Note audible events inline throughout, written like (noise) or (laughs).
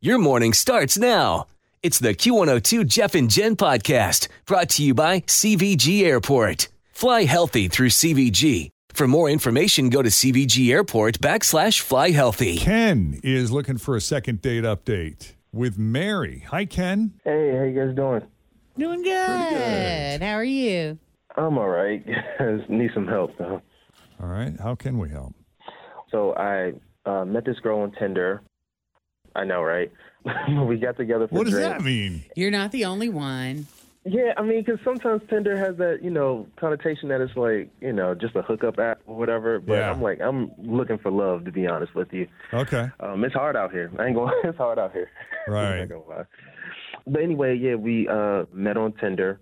Your morning starts now. It's the Q102 Jeff and Jen podcast brought to you by CVG Airport. Fly healthy through CVG. For more information, go to CVG Airport backslash fly healthy. Ken is looking for a second date update with Mary. Hi, Ken. Hey, how you guys doing? Doing good. How are you? I'm all right. (laughs) Just Need some help though. All right. How can we help? So I uh, met this girl on Tinder. I know, right? (laughs) we got together for What does drinks. that mean? You're not the only one. Yeah, I mean, because sometimes Tinder has that you know connotation that it's like you know just a hookup app or whatever. But Yeah. I'm like, I'm looking for love to be honest with you. Okay. Um, it's hard out here. I (laughs) ain't going. It's hard out here. I'm not Right. gonna lie. But anyway, yeah, we uh, met on Tinder,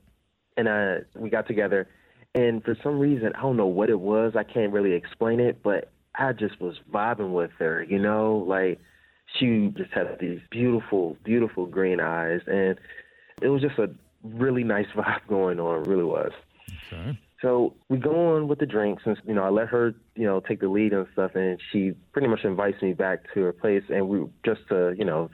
and I we got together, and for some reason, I don't know what it was. I can't really explain it, but I just was vibing with her. You know, like she just had these beautiful, beautiful green eyes, and it was just a really nice (laughs) vibe going on. It really was. Okay. So we go on with the drinks, and you know, I let her, you know, take the lead and stuff, and she pretty much invites me back to her place, and we just to, you know,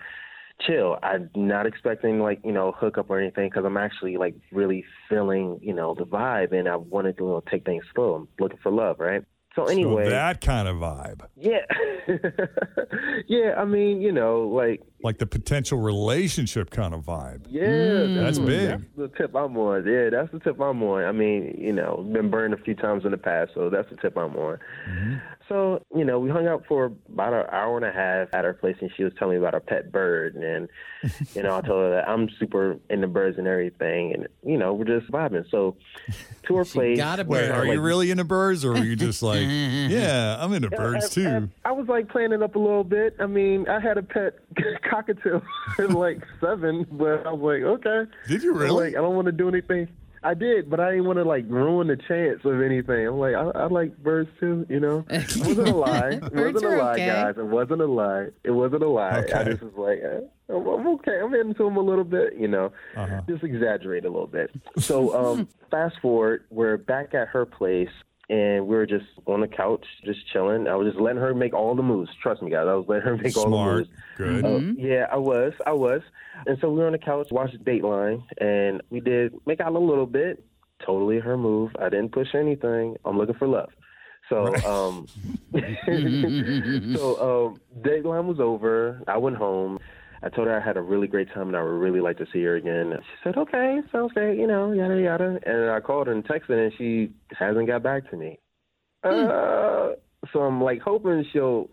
chill. I'm not expecting like, you know, hookup or anything, because I'm actually like really feeling, you know, the vibe, and I wanted to you know, take things slow. I'm looking for love, right? So anyway, So that kind of vibe, yeah, (laughs) yeah. I mean, you know, like like the potential relationship kind of vibe. Yeah, That's big. That's the tip I'm on. Yeah, that's the tip I'm on. I mean, you know, been burned a few times in the past, so that's the tip I'm on. So, you know, we hung out for about an hour and a half at her place, and she was telling me about her pet bird, and you know, I told her that I'm super into birds and everything, and you know, we're just vibing. So, to her place, got a Wait, bird. are you really into birds, or are you just like, yeah, I'm into birds I- I- too? I, was like playing it up a little bit. I mean, I had a pet (laughs) cockatiel at like seven, but I was like, okay. Did you I'm really? Like, I don't want to do anything. I did, but I didn't want to like ruin the chance of anything. I'm like, I, I like birds too, you (laughs) know. It wasn't a lie. It Birds wasn't are a lie, okay. guys. It wasn't a lie. It wasn't a lie. I Okay. just was like, eh, I'm, I'm okay. I'm into them a little bit, you know. Uh-huh. Just exaggerate a little bit. So (laughs) um, fast forward, we're back at her place. And we were just on the couch, just chilling. I was just letting her make all the moves. Trust me, guys. I was letting her make all the Smart. moves. Good. Oh, yeah, I was. I was. And so we were on the couch, watched Dateline, and we did make out a little bit. Totally her move. I didn't push anything. I'm looking for love. So, um, (laughs) so um, Dateline was over. I went home. I told her I had a really great time and I would really like to see her again. She said, "Okay, sounds great," you know, yada yada. And I called her and texted, and she hasn't got back to me. Uh, so I'm like hoping she'll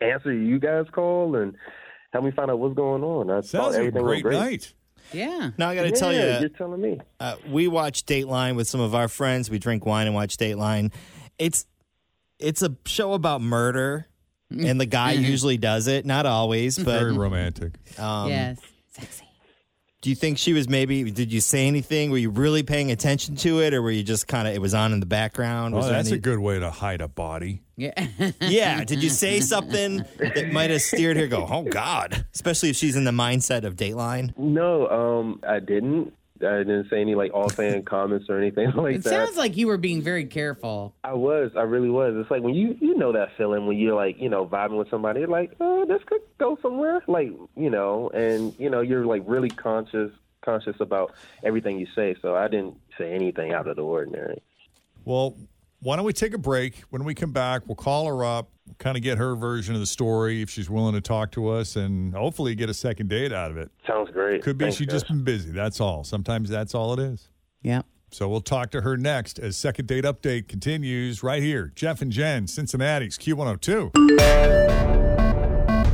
answer you guys' call and help me find out what's going on. I thought Sounds like a everything great was great. night. Yeah. Now I got to yeah, tell you're you, telling me. uh, we watch Dateline with some of our friends. We drink wine and watch Dateline. It's it's a show about murder, and the guy usually does it. Not always, Mm-hmm. Very but romantic. um, yes. Sexy. do you think she was maybe? Did you say anything? Were you really paying attention to it, or were you just kind of? It was on in the background. Was Oh, there that's a any- good way to hide a body. Yeah. (laughs) yeah. Did you say something that might have steered her? Go, oh God! Especially if she's in the mindset of Dateline. No, um, I didn't. I didn't say any like all fan (laughs) comments or anything like it that. sounds like you were being very careful. I was, I really was. It's like when you you know that feeling when you're like you know vibing with somebody, you're like oh this could go somewhere, like you know, and you know you're like really conscious conscious about everything you say. So I didn't say anything out of the ordinary. Well, Why don't we take a break? When we come back, we'll call her up, kind of get her version of the story if she's willing to talk to us, and hopefully get a second date out of it. Sounds great. Could be Thanks, she's guys. just been busy. That's all. Sometimes that's all it is. Yep. So we'll talk to her next as Second Date Update continues right here. Jeff and Jen, Cincinnati's Q102.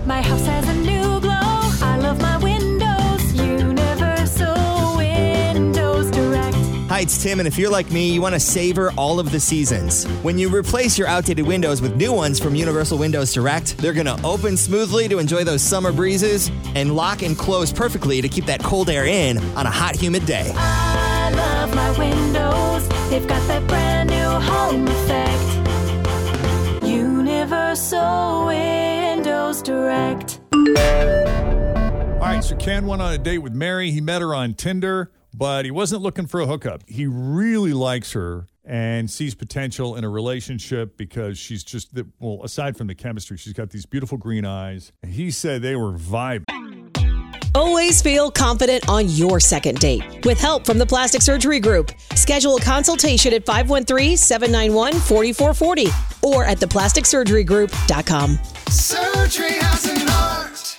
My house has a new glow. I love my windows. Universal Windows Direct. Hi, it's Tim, and if you're like me, you want to savor all of the seasons. When you replace your outdated windows with new ones from Universal Windows Direct, they're going to open smoothly to enjoy those summer breezes and lock and close perfectly to keep that cold air in on a hot, humid day. I love my windows. They've got that brand new home effect. Universal Windows Direct. All right, so Ken went on a date with Mary. He met her on Tinder, but he wasn't looking for a hookup. He really likes her and sees potential in a relationship because she's just, the, well, aside from the chemistry, she's got these beautiful green eyes. He said they were vibing. Always feel confident on your second date. With help from the Plastic Surgery Group, schedule a consultation at 513 791 4440 or at theplasticsurgerygroup.com. Surgery has an art.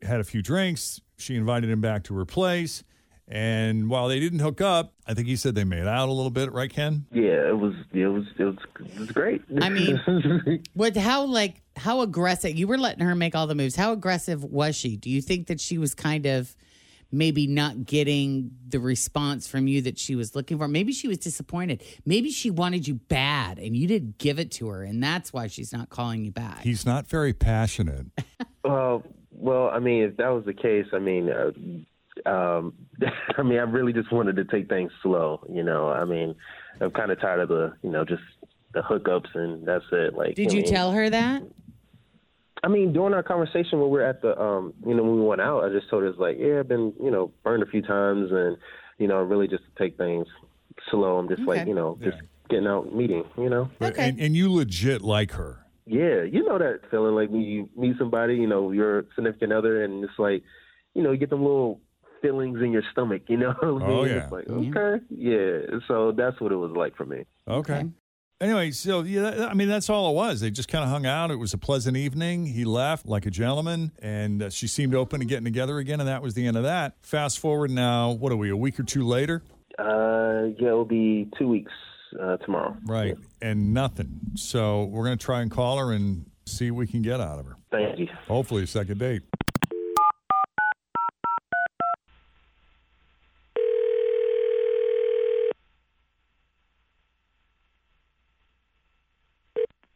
had a few drinks, she invited him back to her place. And while they didn't hook up, I think he said they made out a little bit, right, Ken? Yeah, it was. It was. It was. It was great. I (laughs) mean- What? How like how aggressive? You were letting her make all the moves. How aggressive was she? Do you think that she was kind of maybe not getting the response from you that she was looking for? Maybe she was disappointed. Maybe she wanted you bad and you didn't give it to her, and that's why she's not calling you back. He's not very passionate. well, well, I mean, if that was the case, I mean, uh, um, (laughs) I mean, I really just wanted to take things slow. You know, I mean, I'm kind of tired of the, you know, just the hookups and that's it. Like, Did I you mean- tell her that? I mean, during our conversation when we were at the, um, you know, when we went out, I just told her, it's like, yeah, I've been, you know, burned a few times and, you know, really just to take things slow. I'm just like, Okay. you know, just getting out meeting, you know? But- Okay. And, and you legit like her. Yeah, you know that feeling like when you meet somebody, you know, your significant other, and it's like, you know, you get them little feelings in your stomach, you know? (laughs) what I Oh, mean? yeah. It's like, okay, yeah. So that's what it was like for me. Okay. Anyway, so yeah, that- I mean, that's all it was. They just kind of hung out. It was a pleasant evening. He left like a gentleman, and uh, she seemed open to getting together again, and that was the end of that. Fast forward now, what are we, a week or two later? Uh, yeah, it'll be two weeks uh, tomorrow. Right. And nothing. So we're going to try and call her and see what we can get out of her. Thank you. Hopefully, a second date.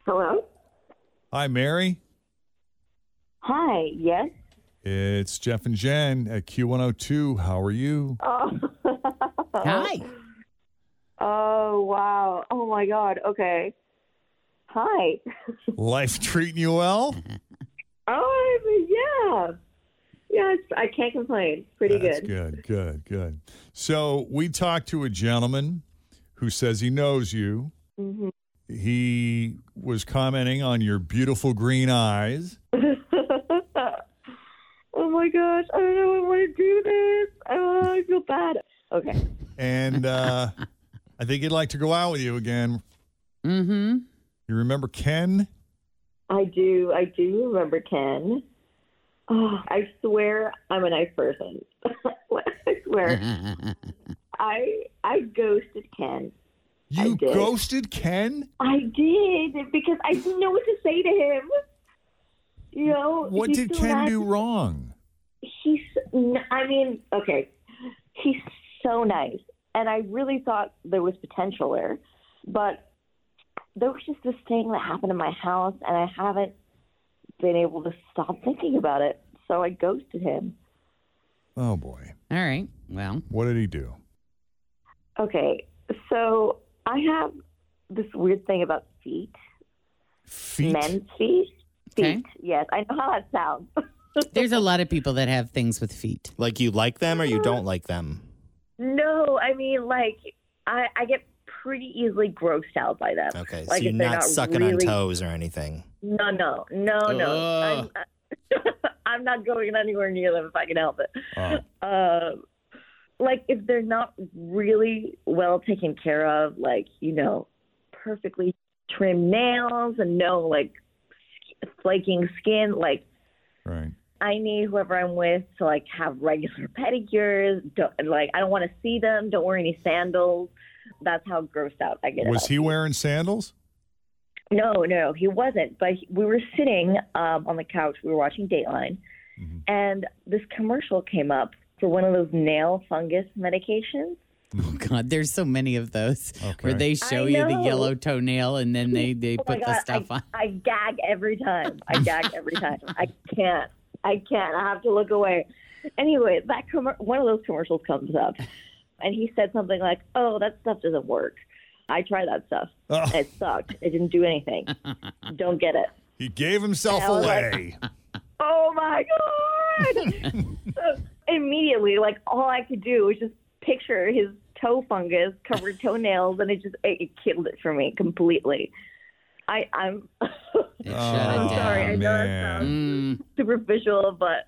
Hello? Hi, Mary. Hi, yes? (laughs) It's Jeff and Jen at Q102. How are you? Oh. Hi. oh, wow. Oh, my God. Okay. Hi. Life treating you well? Oh, I- yeah. Yes, I can't complain. Pretty That's good. good, good, good. So we talked to a gentleman who says he knows you. Mhm. He was commenting on your beautiful green eyes. Mm-hmm. (laughs) oh, my gosh. I don't know. I want to do this. Oh, I feel bad. Okay. (laughs) And uh, I think he'd like to go out with you again. Mm-hmm. You remember Ken? I do. I do remember Ken. Oh, I swear I'm a nice person. (laughs) I swear. I I ghosted Ken. You did. ghosted Ken? I did because I didn't know what to say to him. You know, What he did still Ken has- do wrong? He's, n- I mean, okay, he's so nice, and I really thought there was potential there, but there was just this thing that happened in my house, and I haven't been able to stop thinking about it. So I ghosted him. Oh, boy. All right. Well, What did he do? Okay, so I have this weird thing about feet. Feet? Men's feet? Feet. Okay. Yes. I know how that sounds. There's a lot of people that have things with feet. Like you like them or you don't like them. No, I mean like I, I get pretty easily grossed out by them. Okay, like, so you're if they're not, sucking really, on toes or anything. No, no, no, (laughs) no. Ugh. I'm, I'm not going anywhere near them if I can help it. Ah, Um, like if they're not really well taken care of, like you know, perfectly trimmed nails and no like sk- flaking skin, like (laughs) Right. I need whoever I'm with to like have regular (laughs) pedicures. Don't, like I don't want to see them. Don't wear any sandals. That's how grossed out I get. Was about he it. wearing sandals? No, no, he wasn't. But he- we were sitting um, on the couch. We were watching Dateline, and this commercial came up for one of those nail fungus medications. Oh God, there's so many of those where Okay. they show you the know. yellow toenail and then they they Oh my put the God, stuff I, on. I gag every time. I gag every time. I can't. I can't. I have to look away. Anyway, that commer one of those commercials comes up, and he said something like, "Oh, that stuff doesn't work. I tried that stuff. Oh. It sucked. It didn't do anything. Don't get it." He gave himself I was like- (laughs) away. Oh my god! so immediately, like all I could do was just picture his toe fungus covered toenails, and it just it, it killed it for me completely. I (laughs) I'm (laughs) It shut it down. Oh, sorry, I know it man. sounds Mm, superficial, but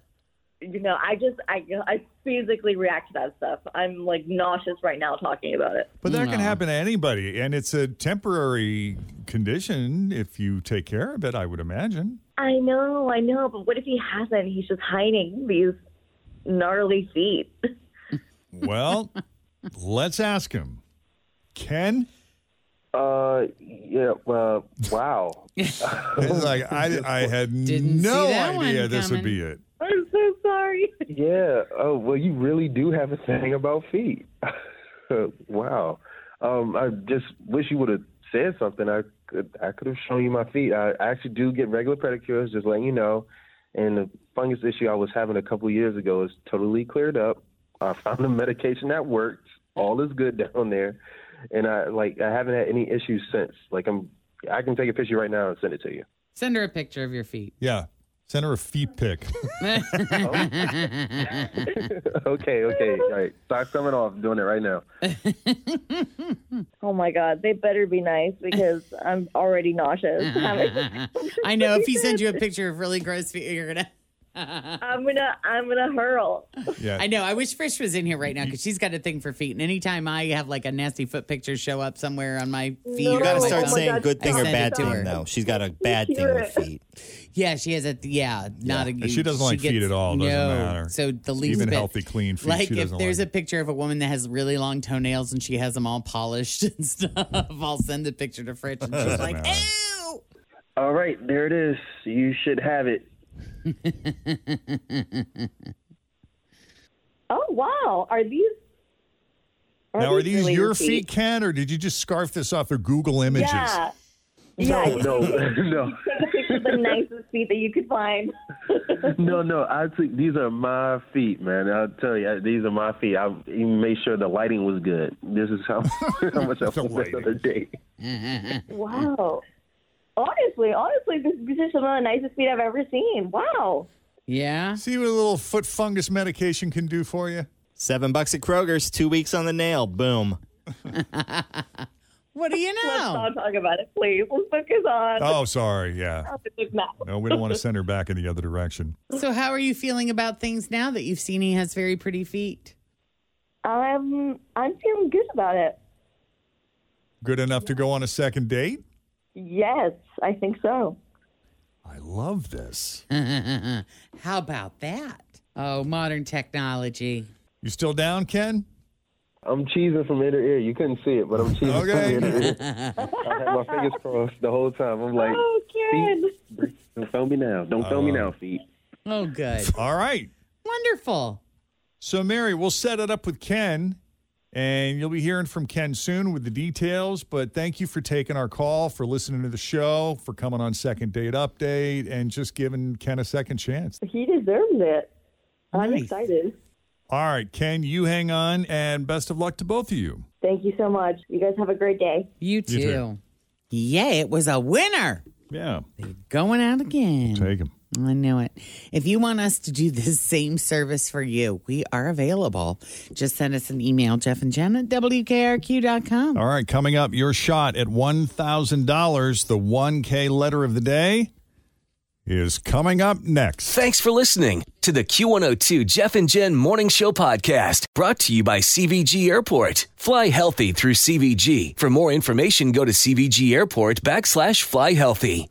you know, I just I I physically react to that stuff. I'm like nauseous right now talking about it. But that can No. happen to anybody, and it's a temporary condition if you take care of it. I would imagine. I know, I know, but what if he hasn't? He's just hiding these gnarly (laughs) feet. Well, let's ask him. Ken, Uh, yeah. Well, wow. It's like I, I had (laughs) Didn't see no that one idea this would coming. be it. I'm so sorry. Yeah. Oh, well, you really do have a thing about feet. (laughs) wow. Um, I just wish you would have said something. I could I could have shown you my feet. I actually do get regular pedicures, just letting you know. And the fungus issue I was having a couple years ago is totally cleared up. I found a medication that worked. All is good (laughs) down there, and I like I haven't had any issues since. Like I'm, I can take a picture right now and send it to you. (laughs) send her a picture of your feet. Yeah, send her a (laughs) feet pick. okay, okay, all right. Start coming off. I'm doing it right now. Oh my god, they better be nice because I'm already nauseous. I'm, I know if he sends you a picture of really gross feet, you're gonna. I'm gonna I'm gonna hurl. Yeah, I know. I wish Frisch was in here right now Mm-hmm. because she's got a thing for feet. And anytime I have like a nasty foot picture show up somewhere on my feet, No. You got to Oh, start oh my saying God, good thing I or sent bad it to thing, her. though. She's got a bad thing with feet. Yeah, she has a yeah, not Yeah. a. She doesn't like feet at all, No, doesn't matter. so the least Even bit- healthy, clean feet, Like she if doesn't there's like. a picture of a woman that has really long toenails and she has them all polished (laughs) and stuff, I'll send the picture to Fritz and she's like, "Eh." matter. "Ew." All right, there it is. You should have it. Oh wow, are these? now, are these really your feet, Ken, or did you just scarf this off of Google Images? Yeah. No, yeah, no, no, These are the nicest feet that you could find. no, no. I took these are my feet, man. I'll tell you, I- these are my feet. I even made sure the lighting was good. This is how, (laughs) how much (laughs) I The felt the other lighting. day. Wow. Honestly, honestly, this, these are some of the nicest feet I've ever seen. Wow. (laughs) Yeah, See what a little foot fungus medication can do for you. Seven bucks at Kroger's, two weeks on the nail. Boom. what do you Let's know? not talk about it, please. Let's focus on. Oh, sorry. Yeah. No. No, we don't want to send her back in the other direction. So, how are you feeling about things now that you've seen he has very pretty feet? (laughs) Um, I'm feeling good about it. Good enough to go on a second date? Yes, I think so. I love this. how about that? Oh, modern technology. You still down, Ken? I'm cheesing from ear to ear. You couldn't see it, but I'm cheesing Okay. (laughs) from ear to ear. I had my fingers crossed the whole time. I'm like, Oh, Karen. feet, don't film me now. Don't film me now, feet. Oh, good, (laughs) All right. wonderful. So, Mary, we'll set it up with Ken, and you'll be hearing from Ken soon with the details. But thank you for taking our call, for listening to the show, for coming on Second Date Update, and just giving Ken a second chance. He deserves it. I'm Nice. excited. All right, Ken, you hang on, and best of luck to both of you. Thank you so much. You guys have a great day. You too. too. Yeah, it was a winner. Yeah. Going out again. Take them. I know it. If you want us to do this (laughs) same service for you, we are available. Just send us an email, Jeff and Jen at WKRQ.com. All right, coming up, your shot at $1,000, the 1K letter of the day is coming up next. Thanks for listening to the Q102 Jeff and Jen Morning Show Podcast, brought to you by CVG Airport. Fly healthy through CVG. For more information, go to CVG Airport backslash fly healthy.